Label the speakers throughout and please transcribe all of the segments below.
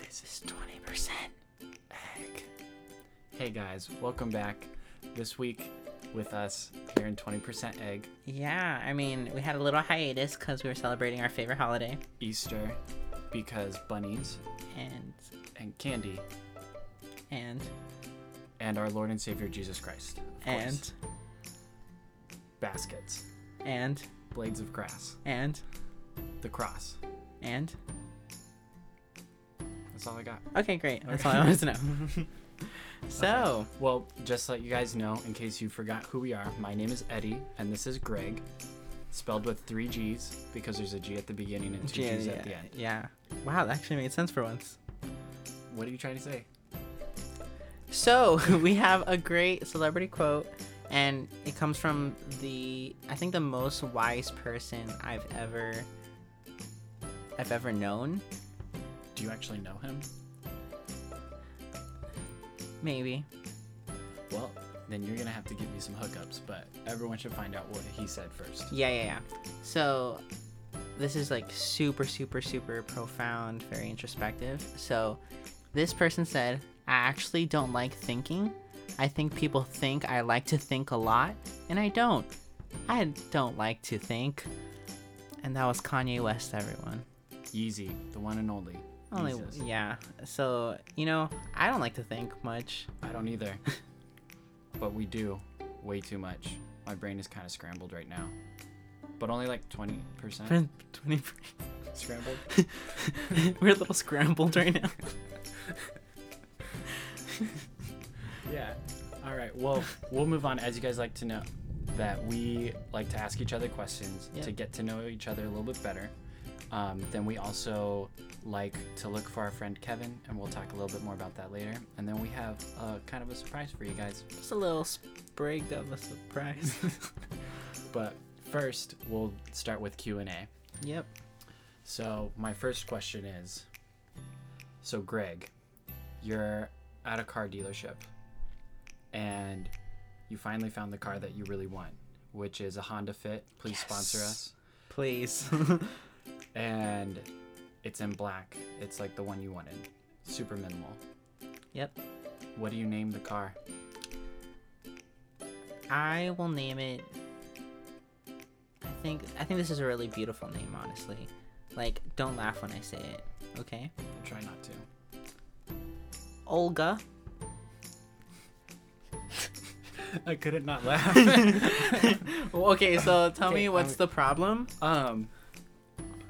Speaker 1: This is 20% egg. Hey guys, welcome back. This week with us here in 20% egg,
Speaker 2: Yeah, I mean, we had a little hiatus because we were celebrating our favorite holiday
Speaker 1: Easter, because bunnies
Speaker 2: and
Speaker 1: and candy
Speaker 2: and
Speaker 1: and our Lord and Savior Jesus Christ. of course.
Speaker 2: and
Speaker 1: baskets,
Speaker 2: and
Speaker 1: blades of grass,
Speaker 2: and
Speaker 1: the cross.
Speaker 2: and
Speaker 1: That's all I got.
Speaker 2: okay, great. That's all
Speaker 1: Okay.
Speaker 2: I wanted to know. so,
Speaker 1: Well, just to let you guys know, in case you forgot who we are, my name is Eddie, and this is Greg, spelled with three G's because there's a G at the beginning and two
Speaker 2: yeah,
Speaker 1: G's
Speaker 2: yeah,
Speaker 1: at the end.
Speaker 2: yeah. Wow, that actually made sense for once.
Speaker 1: What are you trying to say?
Speaker 2: So we have a great celebrity quote, and it comes from the I think the most wise person I've ever I've ever known.
Speaker 1: Do you actually know him?
Speaker 2: Maybe
Speaker 1: Well, then you're gonna have to give me some hookups, but everyone should find out what he said first.
Speaker 2: Yeah, yeah, yeah. So this is like super, super, super profound, very introspective. So this person said, I actually don't like thinking. I think people think I like to think a lot, and I don't. I don't like to think. And that was Kanye West, everyone.
Speaker 1: Yeezy, the one and only.
Speaker 2: Only,
Speaker 1: Jesus.
Speaker 2: yeah. So, you know, I don't like to think much.
Speaker 1: I don't either. but we do way too much. My brain is kind of scrambled right now. But only like 20%
Speaker 2: 20
Speaker 1: scrambled.
Speaker 2: We're a little scrambled right now.
Speaker 1: Yeah. All right. Well, we'll move on. As you guys like to know, that we like to ask each other questions
Speaker 2: Yeah.
Speaker 1: to get to know each other a little bit better. Um, then we also like to look for our friend Kevin, and we'll talk a little bit more about that later. And then we have uh, kind of a surprise for you guys.
Speaker 2: Just a little sprig of a surprise.
Speaker 1: But first, we'll start with Q and A.
Speaker 2: yep.
Speaker 1: So my first question is: So Greg, you're at a car dealership, and you finally found the car that you really want, which is a Honda Fit. Please sponsor us.
Speaker 2: Please.
Speaker 1: And it's in black. It's like the one you wanted. Super minimal.
Speaker 2: yep.
Speaker 1: What do you name the car?
Speaker 2: I will name it. I think I think this is a really beautiful name, honestly. Like, don't laugh when I say it, okay?
Speaker 1: Try not to.
Speaker 2: Olga.
Speaker 1: I couldn't not laugh.
Speaker 2: Well, okay, so tell
Speaker 1: Okay,
Speaker 2: me what's
Speaker 1: um,
Speaker 2: the problem?
Speaker 1: um.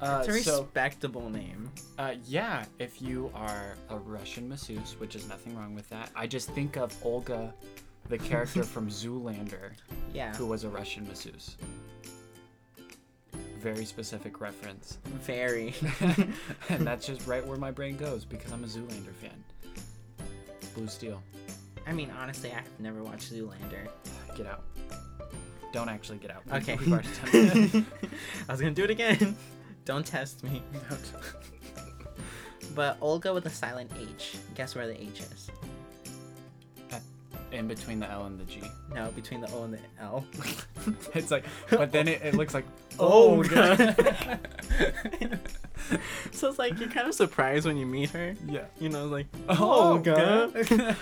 Speaker 1: Uh,
Speaker 2: It's a
Speaker 1: so
Speaker 2: respectable name.
Speaker 1: Uh, yeah, if you are a Russian masseuse, which is nothing wrong with that. I just think of Olga, the character from Zoolander,
Speaker 2: Yeah.
Speaker 1: who was a Russian masseuse. Very specific reference.
Speaker 2: Very.
Speaker 1: and that's just right where my brain goes because I'm a Zoolander fan. Blue Steel,
Speaker 2: I mean, honestly, I've never watched Zoolander.
Speaker 1: get out. Don't actually get out. We-
Speaker 2: Okay.
Speaker 1: We've already done that.
Speaker 2: I was gonna do it again. Don't test me. But Olga with a silent H. Guess where the H is?
Speaker 1: In between the L and the G.
Speaker 2: No, between the O and the L.
Speaker 1: It's like, but then it, it looks like,
Speaker 2: Oh,
Speaker 1: Olga.
Speaker 2: so it's like you're kind of surprised when you meet her.
Speaker 1: yeah.
Speaker 2: You know, like
Speaker 1: Oh,
Speaker 2: Olga.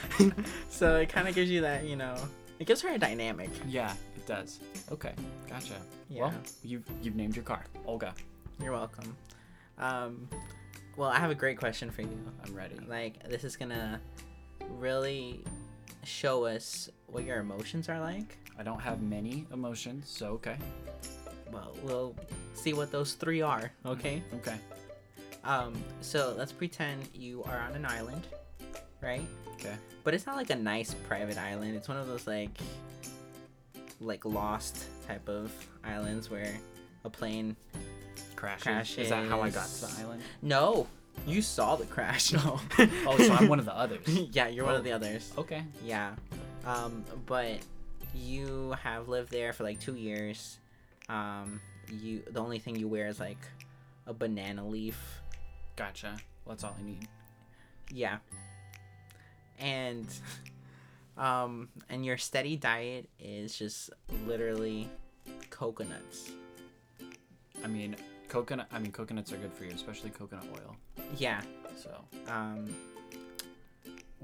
Speaker 2: so it kind of gives you that, you know, it gives her a dynamic.
Speaker 1: Yeah, it does. Okay, gotcha. Well,
Speaker 2: Yeah.
Speaker 1: you've you've named your car Olga.
Speaker 2: You're welcome. Um, well, I have a great question for you.
Speaker 1: I'm ready.
Speaker 2: Like this is gonna really show us what your emotions are like.
Speaker 1: I don't have many emotions, so okay,
Speaker 2: Well, we'll see what those three are. Okay.
Speaker 1: okay,
Speaker 2: Um, so let's pretend you are on an island, right?
Speaker 1: okay.
Speaker 2: But it's not like a nice private island. It's one of those like like lost type of islands where a plane
Speaker 1: Crashes.
Speaker 2: Crashes.
Speaker 1: Is that how I got to the island?
Speaker 2: No, you saw the crash. No.
Speaker 1: Oh, so I'm one of Oh. the others.
Speaker 2: yeah, you're one of the others.
Speaker 1: Okay.
Speaker 2: Yeah. Um, but you have lived there for like 2 years. Um, you the only thing you wear is like a banana leaf.
Speaker 1: Gotcha. Well, that's all I need.
Speaker 2: Yeah. And um and your steady diet is just literally coconuts.
Speaker 1: I mean, coconut. I mean, coconuts are good for you, especially coconut oil.
Speaker 2: Yeah.
Speaker 1: So
Speaker 2: um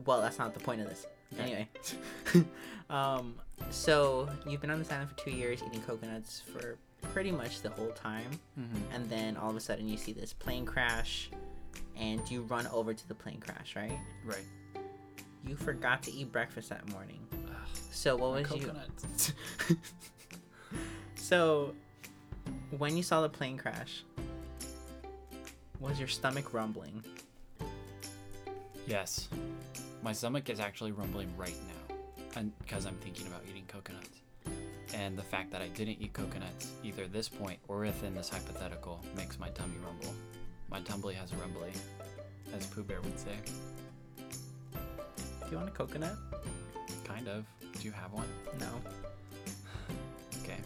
Speaker 2: well that's not the point of this anyway um so you've been on this island for two years eating coconuts for pretty much the whole time
Speaker 1: mhm.
Speaker 2: and then all of a sudden you see this plane crash and you run over to the plane crash right
Speaker 1: right.
Speaker 2: you forgot to eat breakfast that morning
Speaker 1: Ugh,
Speaker 2: so what was you
Speaker 1: coconuts.
Speaker 2: so when you saw the plane crash was your stomach rumbling
Speaker 1: Yes. My stomach is actually rumbling right now and because I'm thinking about eating coconuts. And the fact that I didn't eat coconuts, either this point or within this hypothetical, makes my tummy rumble. My tumbly has a rumbly, as Pooh Bear would say.
Speaker 2: do you want a coconut
Speaker 1: Kind of. Do you have one?
Speaker 2: no
Speaker 1: Okay.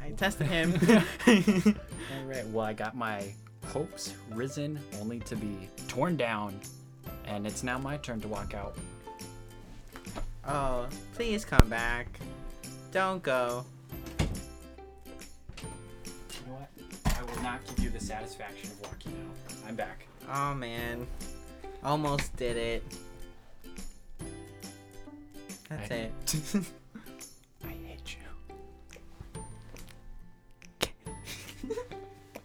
Speaker 2: I tested him.
Speaker 1: All right. Well, I got my hopes risen only to be torn down, and it's now my turn to walk out.
Speaker 2: oh, please come back. Don't go.
Speaker 1: You know what? I will not give you the satisfaction of walking out. I'm back.
Speaker 2: Oh man. Almost did it. That's
Speaker 1: I-
Speaker 2: it.
Speaker 1: I hate you.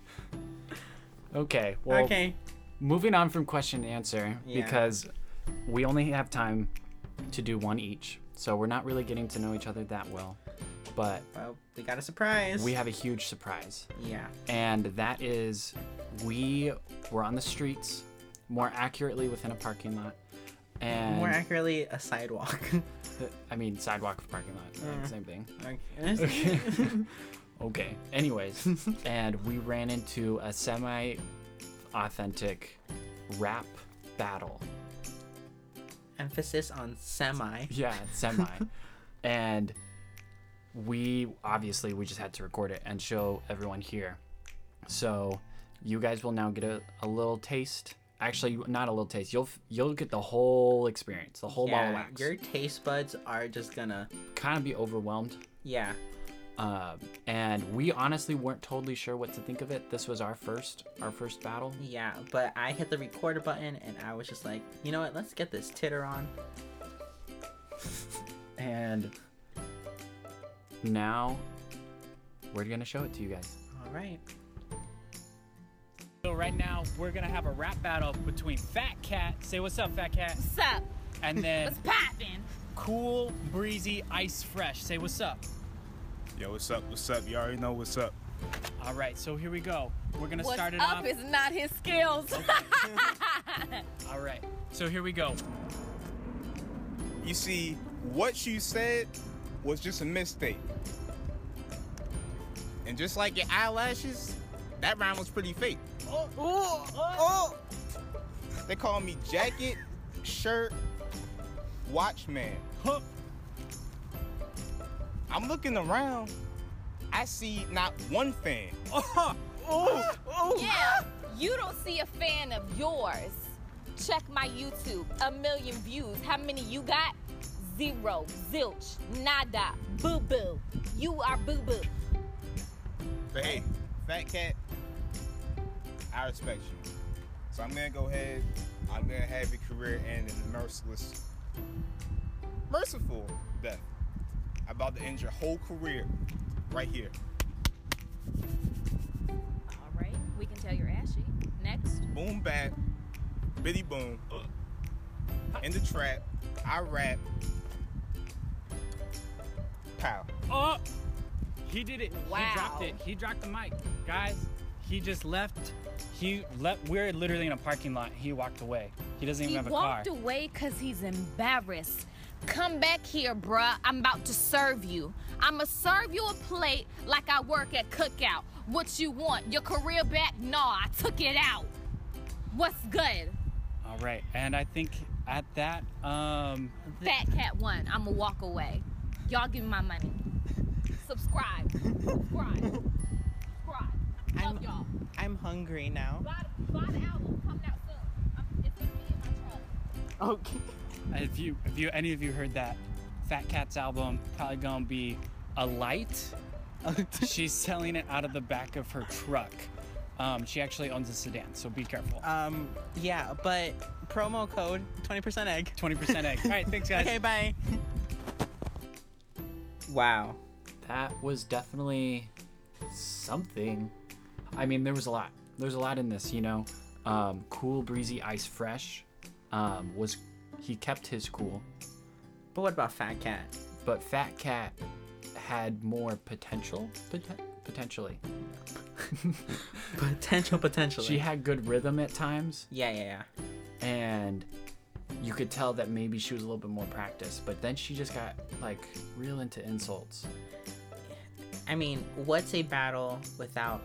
Speaker 1: okay. Well,
Speaker 2: okay.
Speaker 1: moving on from question and answer
Speaker 2: Yeah.
Speaker 1: because we only have time to do one each. So we're not really getting to know each other that well. But
Speaker 2: Well, we got a surprise.
Speaker 1: we have a huge surprise.
Speaker 2: yeah.
Speaker 1: And that is we were on the streets, more accurately within a parking lot. And
Speaker 2: More accurately, a sidewalk.
Speaker 1: I mean sidewalk of parking lot, like, same thing.
Speaker 2: okay.
Speaker 1: Okay. Anyways, and we ran into a semi authentic rap battle.
Speaker 2: Emphasis on semi.
Speaker 1: Yeah, semi. and we obviously we just had to record it and show everyone here. So you guys will now get a, a little taste. Actually, not a little taste. You'll f- you'll get the whole experience, the whole ball of
Speaker 2: Yeah,
Speaker 1: wax.
Speaker 2: your taste buds are just gonna.
Speaker 1: kind of be overwhelmed.
Speaker 2: Yeah.
Speaker 1: Um, and we honestly weren't totally sure what to think of it. This was our first our first battle.
Speaker 2: Yeah, but I hit the record button and I was just like, you know what? Let's get this titter on.
Speaker 1: And now we're gonna show it to you guys.
Speaker 2: All right.
Speaker 3: So right now we're gonna have a rap battle between Fat Cat, say what's up Fat Cat,
Speaker 4: What's up?
Speaker 3: and then
Speaker 4: What's poppin'?
Speaker 3: Cool Breezy Ice Fresh, say what's up.
Speaker 5: Yo, what's up? What's up? You already know what's up.
Speaker 3: All right, so here we go. We're gonna
Speaker 4: What's
Speaker 3: start it
Speaker 4: up
Speaker 3: off.
Speaker 4: is not his skills.
Speaker 3: All right, so here we go.
Speaker 5: You see, what you said was just a mistake. And just like your eyelashes, that rhyme was pretty fake.
Speaker 3: Oh,
Speaker 5: They call me jacket, shirt, watchman.
Speaker 3: huh.
Speaker 5: I'm looking around. I see not one fan.
Speaker 3: Oh, oh, oh.
Speaker 4: yeah, you don't see a fan of yours. Check my YouTube. A million views. How many you got? Zero. Zilch. Nada. Boo boo. You are boo boo.
Speaker 5: But hey, Fat Cat, I respect you. So I'm gonna go ahead. I'm gonna have your career end in a merciless, merciful death. I'm about to end your whole career right here.
Speaker 4: All right, we can tell you're ashy. Next.
Speaker 5: Boom bat, bitty boom. In the trap, I rap. Pow.
Speaker 3: Oh. He did it.
Speaker 4: Wow.
Speaker 3: He dropped it. He dropped the mic. Guys, he just left. He left. We're literally in a parking lot. He walked away. He doesn't even
Speaker 4: He
Speaker 3: have a car.
Speaker 4: walked away because he's embarrassed. Come back here, bruh. I'm about to serve you. I'ma serve you a plate like I work at Cookout. What you want? Your career back? Nah, I took it out. What's good?
Speaker 3: All right, and I think at that, um,
Speaker 4: Fat Cat One. I'ma walk away. Y'all give me my money. Subscribe. Subscribe. Subscribe. Love
Speaker 2: I'm-
Speaker 4: y'all.
Speaker 2: I'm hungry now.
Speaker 4: Buy, buy the album coming out soon. I'm- It's with me in my truck.
Speaker 2: Okay.
Speaker 3: if you if you any of you heard that, Fat Cat's album probably gonna be a light. She's selling it out of the back of her truck. Um, she actually owns a sedan, so be careful.
Speaker 2: Um, yeah, but promo code 20% egg.
Speaker 3: 20% egg. All right, thanks, guys.
Speaker 2: Okay, bye. wow.
Speaker 1: That was definitely something. I mean, there was a lot. There's a lot in this, you know. Um, cool, breezy, ice fresh. Um, was he kept his cool,
Speaker 2: But what about Fat Cat?
Speaker 1: but Fat Cat had more potential, poten- potentially.
Speaker 2: Potential, potentially.
Speaker 1: She had good rhythm at times,
Speaker 2: yeah, yeah, yeah.
Speaker 1: and you could tell that maybe she was a little bit more practiced. But then she just got like real into insults.
Speaker 2: I mean, what's a battle without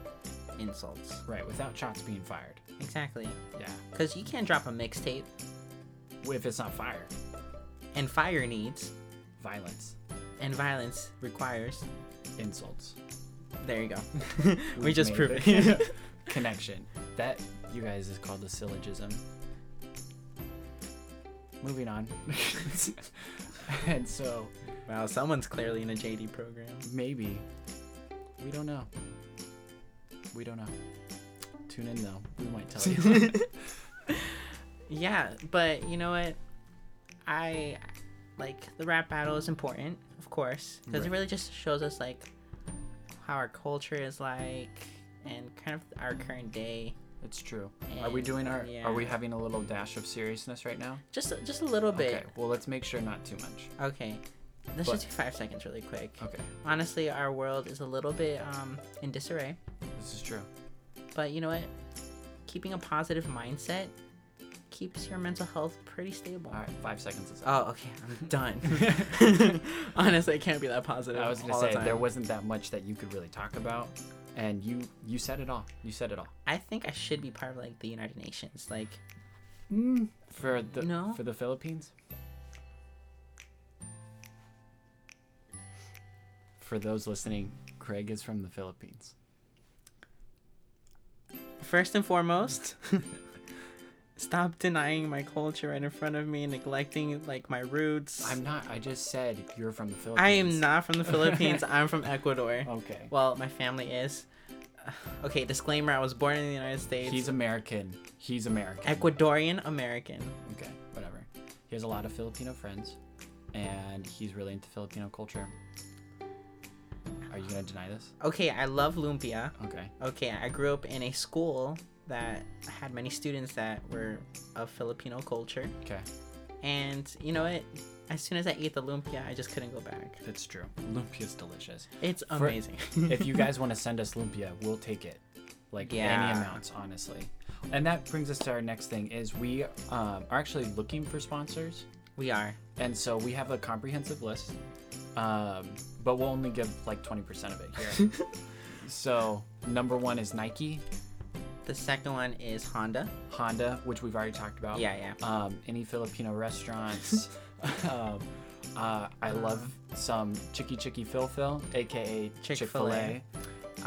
Speaker 2: insults?
Speaker 1: Right, without shots being fired.
Speaker 2: Exactly.
Speaker 1: Yeah.
Speaker 2: Because you can't drop a mixtape
Speaker 1: If it's not fire,
Speaker 2: and fire needs
Speaker 1: violence,
Speaker 2: and violence requires.
Speaker 1: insults,
Speaker 2: There you go. we just
Speaker 1: made it.
Speaker 2: proved it.
Speaker 1: connection. That, you guys, is called a syllogism. Moving on. and so,
Speaker 2: wow, someone's clearly in a JD program.
Speaker 1: maybe. We don't know. We don't know. Tune in though. We might tell you.
Speaker 2: Yeah, but you know what? I like the rap battle is important, of course, because it
Speaker 1: Right.
Speaker 2: really just shows us like how our culture is like and kind of our current day.
Speaker 1: it's true. Are we doing our?
Speaker 2: Yeah.
Speaker 1: Are we having a little dash of seriousness right now?
Speaker 2: Just just a little
Speaker 1: Okay.
Speaker 2: bit.
Speaker 1: Well, let's make sure not too much.
Speaker 2: Okay. Let's
Speaker 1: But-
Speaker 2: just do five seconds really quick.
Speaker 1: Okay.
Speaker 2: Honestly, our world is a little bit um, in disarray,
Speaker 1: This is true.
Speaker 2: but you know what? Keeping a positive mindset keeps your mental health pretty stable.
Speaker 1: All right. Five seconds is up.
Speaker 2: Oh, okay. I'm done. Honestly, I can't be that positive.
Speaker 1: I was gonna
Speaker 2: all the
Speaker 1: say
Speaker 2: time.
Speaker 1: there wasn't that much that you could really talk about, and you you said it all. You said it all
Speaker 2: I think I should be part of like the United Nations. Like,
Speaker 1: for the
Speaker 2: No.
Speaker 1: for the Philippines. For those listening, Craig is from the Philippines.
Speaker 2: first and foremost, stop denying my culture right in front of me and neglecting like my roots.
Speaker 1: I'm not. I just said you're from the Philippines.
Speaker 2: I am not from the Philippines. I'm from Ecuador.
Speaker 1: Okay.
Speaker 2: Well, my family is. Okay, disclaimer: I was born in the United States.
Speaker 1: He's American. He's American.
Speaker 2: Ecuadorian American.
Speaker 1: okay, whatever. He has a lot of Filipino friends, and he's really into Filipino culture. Are you gonna deny this?
Speaker 2: Okay, I love lumpia.
Speaker 1: Okay.
Speaker 2: Okay, I grew up in a school that had many students that were of Filipino culture.
Speaker 1: Okay.
Speaker 2: And you know what? As soon as I ate the lumpia, I just couldn't go back.
Speaker 1: It's true. Lumpia's delicious.
Speaker 2: It's amazing.
Speaker 1: if you guys want to send us lumpia, we'll take it. Like
Speaker 2: Yeah.
Speaker 1: any amounts, honestly. And that brings us to our next thing is we um, are actually looking for sponsors,
Speaker 2: we are.
Speaker 1: and so we have a comprehensive list, um, but we'll only give like 20% of it here. so number one is Nike,
Speaker 2: The second one is Honda.
Speaker 1: Honda, which we've already talked about.
Speaker 2: Yeah, yeah.
Speaker 1: Um, any Filipino restaurants. um, uh, I love some Chicky Chicky Phil Phil, aka Chick Fil
Speaker 2: Chick-fil-A.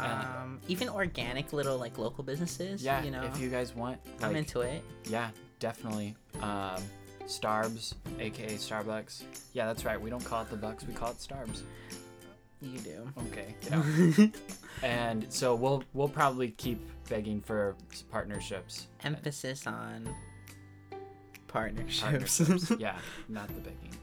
Speaker 1: A.
Speaker 2: Um, even organic little like local businesses.
Speaker 1: Yeah,
Speaker 2: you know,
Speaker 1: if you guys want,
Speaker 2: I'm
Speaker 1: like,
Speaker 2: into it.
Speaker 1: Yeah, definitely. Um, Starbs, aka Starbucks. Yeah, that's right. We don't call it the Bucks. We call it Starbs.
Speaker 2: You do.
Speaker 1: Okay. get out. and so we'll we'll probably keep begging for s- partnerships.
Speaker 2: Emphasis on partnerships.
Speaker 1: Partnerships. yeah, not the begging,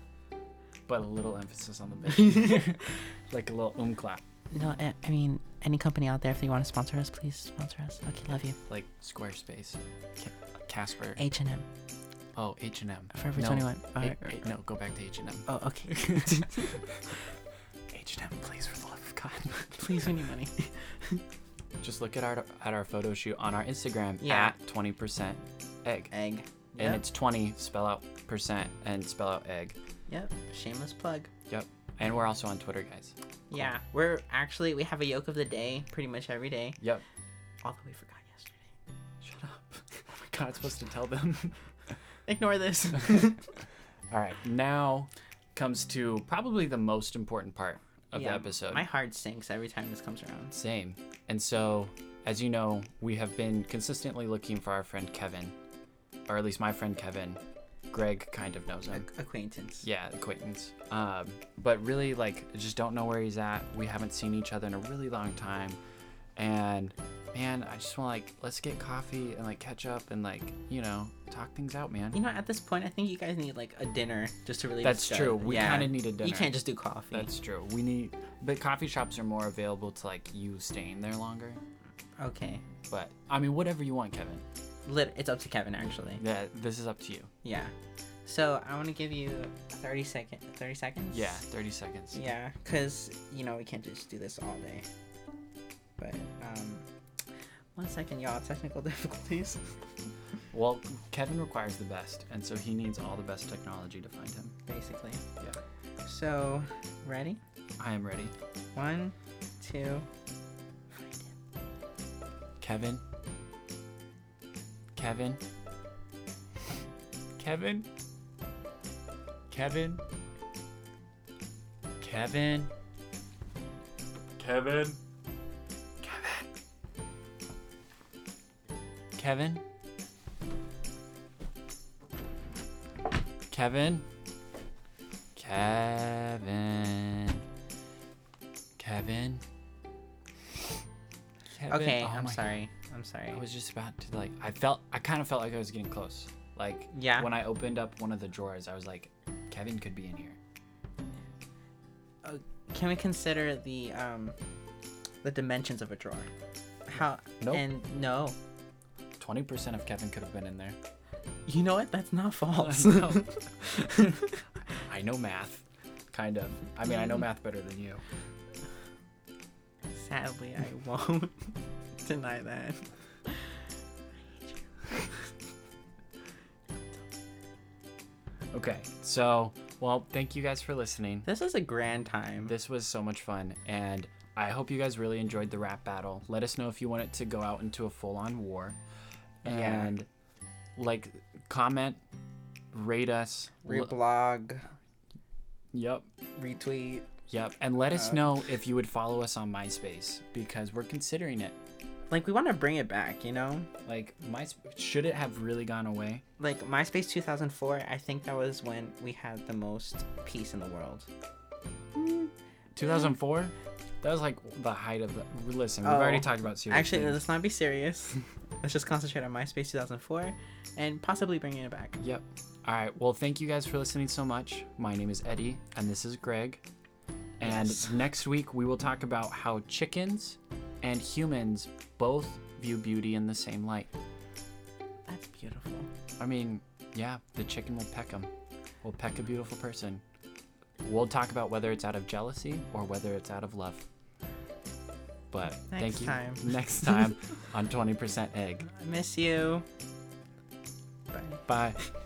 Speaker 1: but a little emphasis on the begging, like a little um clap,
Speaker 2: no, I, I mean any company out there, if they want to sponsor us, please sponsor us. Okay, love you.
Speaker 1: like Squarespace, Ca- Casper.
Speaker 2: H and M.
Speaker 1: Oh, H and M.
Speaker 2: Forever 21.
Speaker 1: A-
Speaker 2: Alright,
Speaker 1: A-
Speaker 2: alright.
Speaker 1: no, go back to H and M.
Speaker 2: Oh, okay.
Speaker 1: H and M, please, for the love of God.
Speaker 2: please, we need money.
Speaker 1: just look at our at our photo shoot on our Instagram
Speaker 2: Yeah.
Speaker 1: at twenty percent egg,
Speaker 2: Egg.
Speaker 1: and
Speaker 2: Yep.
Speaker 1: it's twenty spell out percent and spell out egg.
Speaker 2: Yep. Shameless plug.
Speaker 1: Yep. And we're also on Twitter, guys.
Speaker 2: Yeah, we're actually we have a yoke of the day pretty much every day.
Speaker 1: Yep.
Speaker 2: Although we forgot yesterday.
Speaker 1: Shut up. Oh my God, I'm supposed to tell them.
Speaker 2: Ignore this.
Speaker 1: All right, now comes to probably the most important part of the episode.
Speaker 2: My heart sinks every time this comes around.
Speaker 1: Same. And so, as you know, we have been consistently looking for our friend Kevin, or at least my friend Kevin. Greg kind of knows him.
Speaker 2: Acquaintance.
Speaker 1: yeah acquaintance um, but really like just don't know where he's at we haven't seen each other in a really long time and man, I just want like let's get coffee and like catch up and like you know talk things out, man.
Speaker 2: You know, at this point, I think you guys need like a dinner just to really.
Speaker 1: That's
Speaker 2: discuss-
Speaker 1: true. We
Speaker 2: Yeah.
Speaker 1: kinda need a
Speaker 2: You
Speaker 1: dinner.
Speaker 2: can't just do coffee.
Speaker 1: That's true. We need, but coffee shops are more available to like you staying there longer.
Speaker 2: okay.
Speaker 1: But I mean, whatever you want, Kevin.
Speaker 2: Lit- it's up to Kevin actually.
Speaker 1: That this is up to you.
Speaker 2: Yeah. So I want to give you 30 second. 30 seconds.
Speaker 1: Yeah, thirty seconds.
Speaker 2: Yeah, because, you know, we can't just do this all day. But, um, one second, y'all. Technical difficulties.
Speaker 1: Well, Kevin requires the best, and so he needs all the best technology to find him.
Speaker 2: Basically.
Speaker 1: Yeah.
Speaker 2: So, ready?
Speaker 1: I am ready.
Speaker 2: One, two.
Speaker 1: Kevin. Kevin. Kevin. Kevin. Kevin. Kevin. Kevin. Kevin. Kevin. Kevin. Kevin. Kevin.
Speaker 2: Okay,
Speaker 1: Oh
Speaker 2: I'm
Speaker 1: my
Speaker 2: sorry. I'm sorry.
Speaker 1: I was just about to like. I felt. I kind of felt like I was getting close. Like.
Speaker 2: Yeah.
Speaker 1: When I opened up one of the drawers, I was like, Kevin could be in here.
Speaker 2: Uh, can we consider the, um, the dimensions of a drawer? How?
Speaker 1: Nope.
Speaker 2: And no.
Speaker 1: Twenty percent of Kevin could have been in there.
Speaker 2: You know what? That's not false.
Speaker 1: No. I know math. Kind of. I mean, I
Speaker 2: Mm.
Speaker 1: know math better than you.
Speaker 2: Sadly, I won't deny that.
Speaker 1: Okay. So, well, thank you guys for listening.
Speaker 2: This is a grand time.
Speaker 1: This was so much fun, and I hope you guys really enjoyed the rap battle. Let us know if you want it to go out into a full on war.
Speaker 2: Yeah.
Speaker 1: And, like, comment, rate us. l-
Speaker 2: Reblog,
Speaker 1: yep.
Speaker 2: retweet.
Speaker 1: Yep. And let us know if you would follow us on MySpace because we're considering it.
Speaker 2: Like, we want to bring it back, you know?
Speaker 1: Like, my should it have really gone away?
Speaker 2: Like, MySpace 2004, I think that was when we had the most peace in the world.
Speaker 1: 2004? That was like the height of the. Listen, we've
Speaker 2: Oh.
Speaker 1: already talked about serious.
Speaker 2: Actually,
Speaker 1: things.
Speaker 2: let's not be serious. let's just concentrate on MySpace 2004 and possibly bringing it back.
Speaker 1: Yep. All right. Well, thank you guys for listening so much. My name is Eddie, and this is Greg. And
Speaker 2: Yes.
Speaker 1: next week, we will talk about how chickens and humans both view beauty in the same light.
Speaker 2: That's beautiful.
Speaker 1: I mean, yeah, the chicken will peck him, will peck a beautiful person. We'll talk about whether it's out of jealousy or whether it's out of love. But
Speaker 2: Next
Speaker 1: thank you.
Speaker 2: time.
Speaker 1: Next time on 20% Egg.
Speaker 2: I miss you. Bye.
Speaker 1: Bye.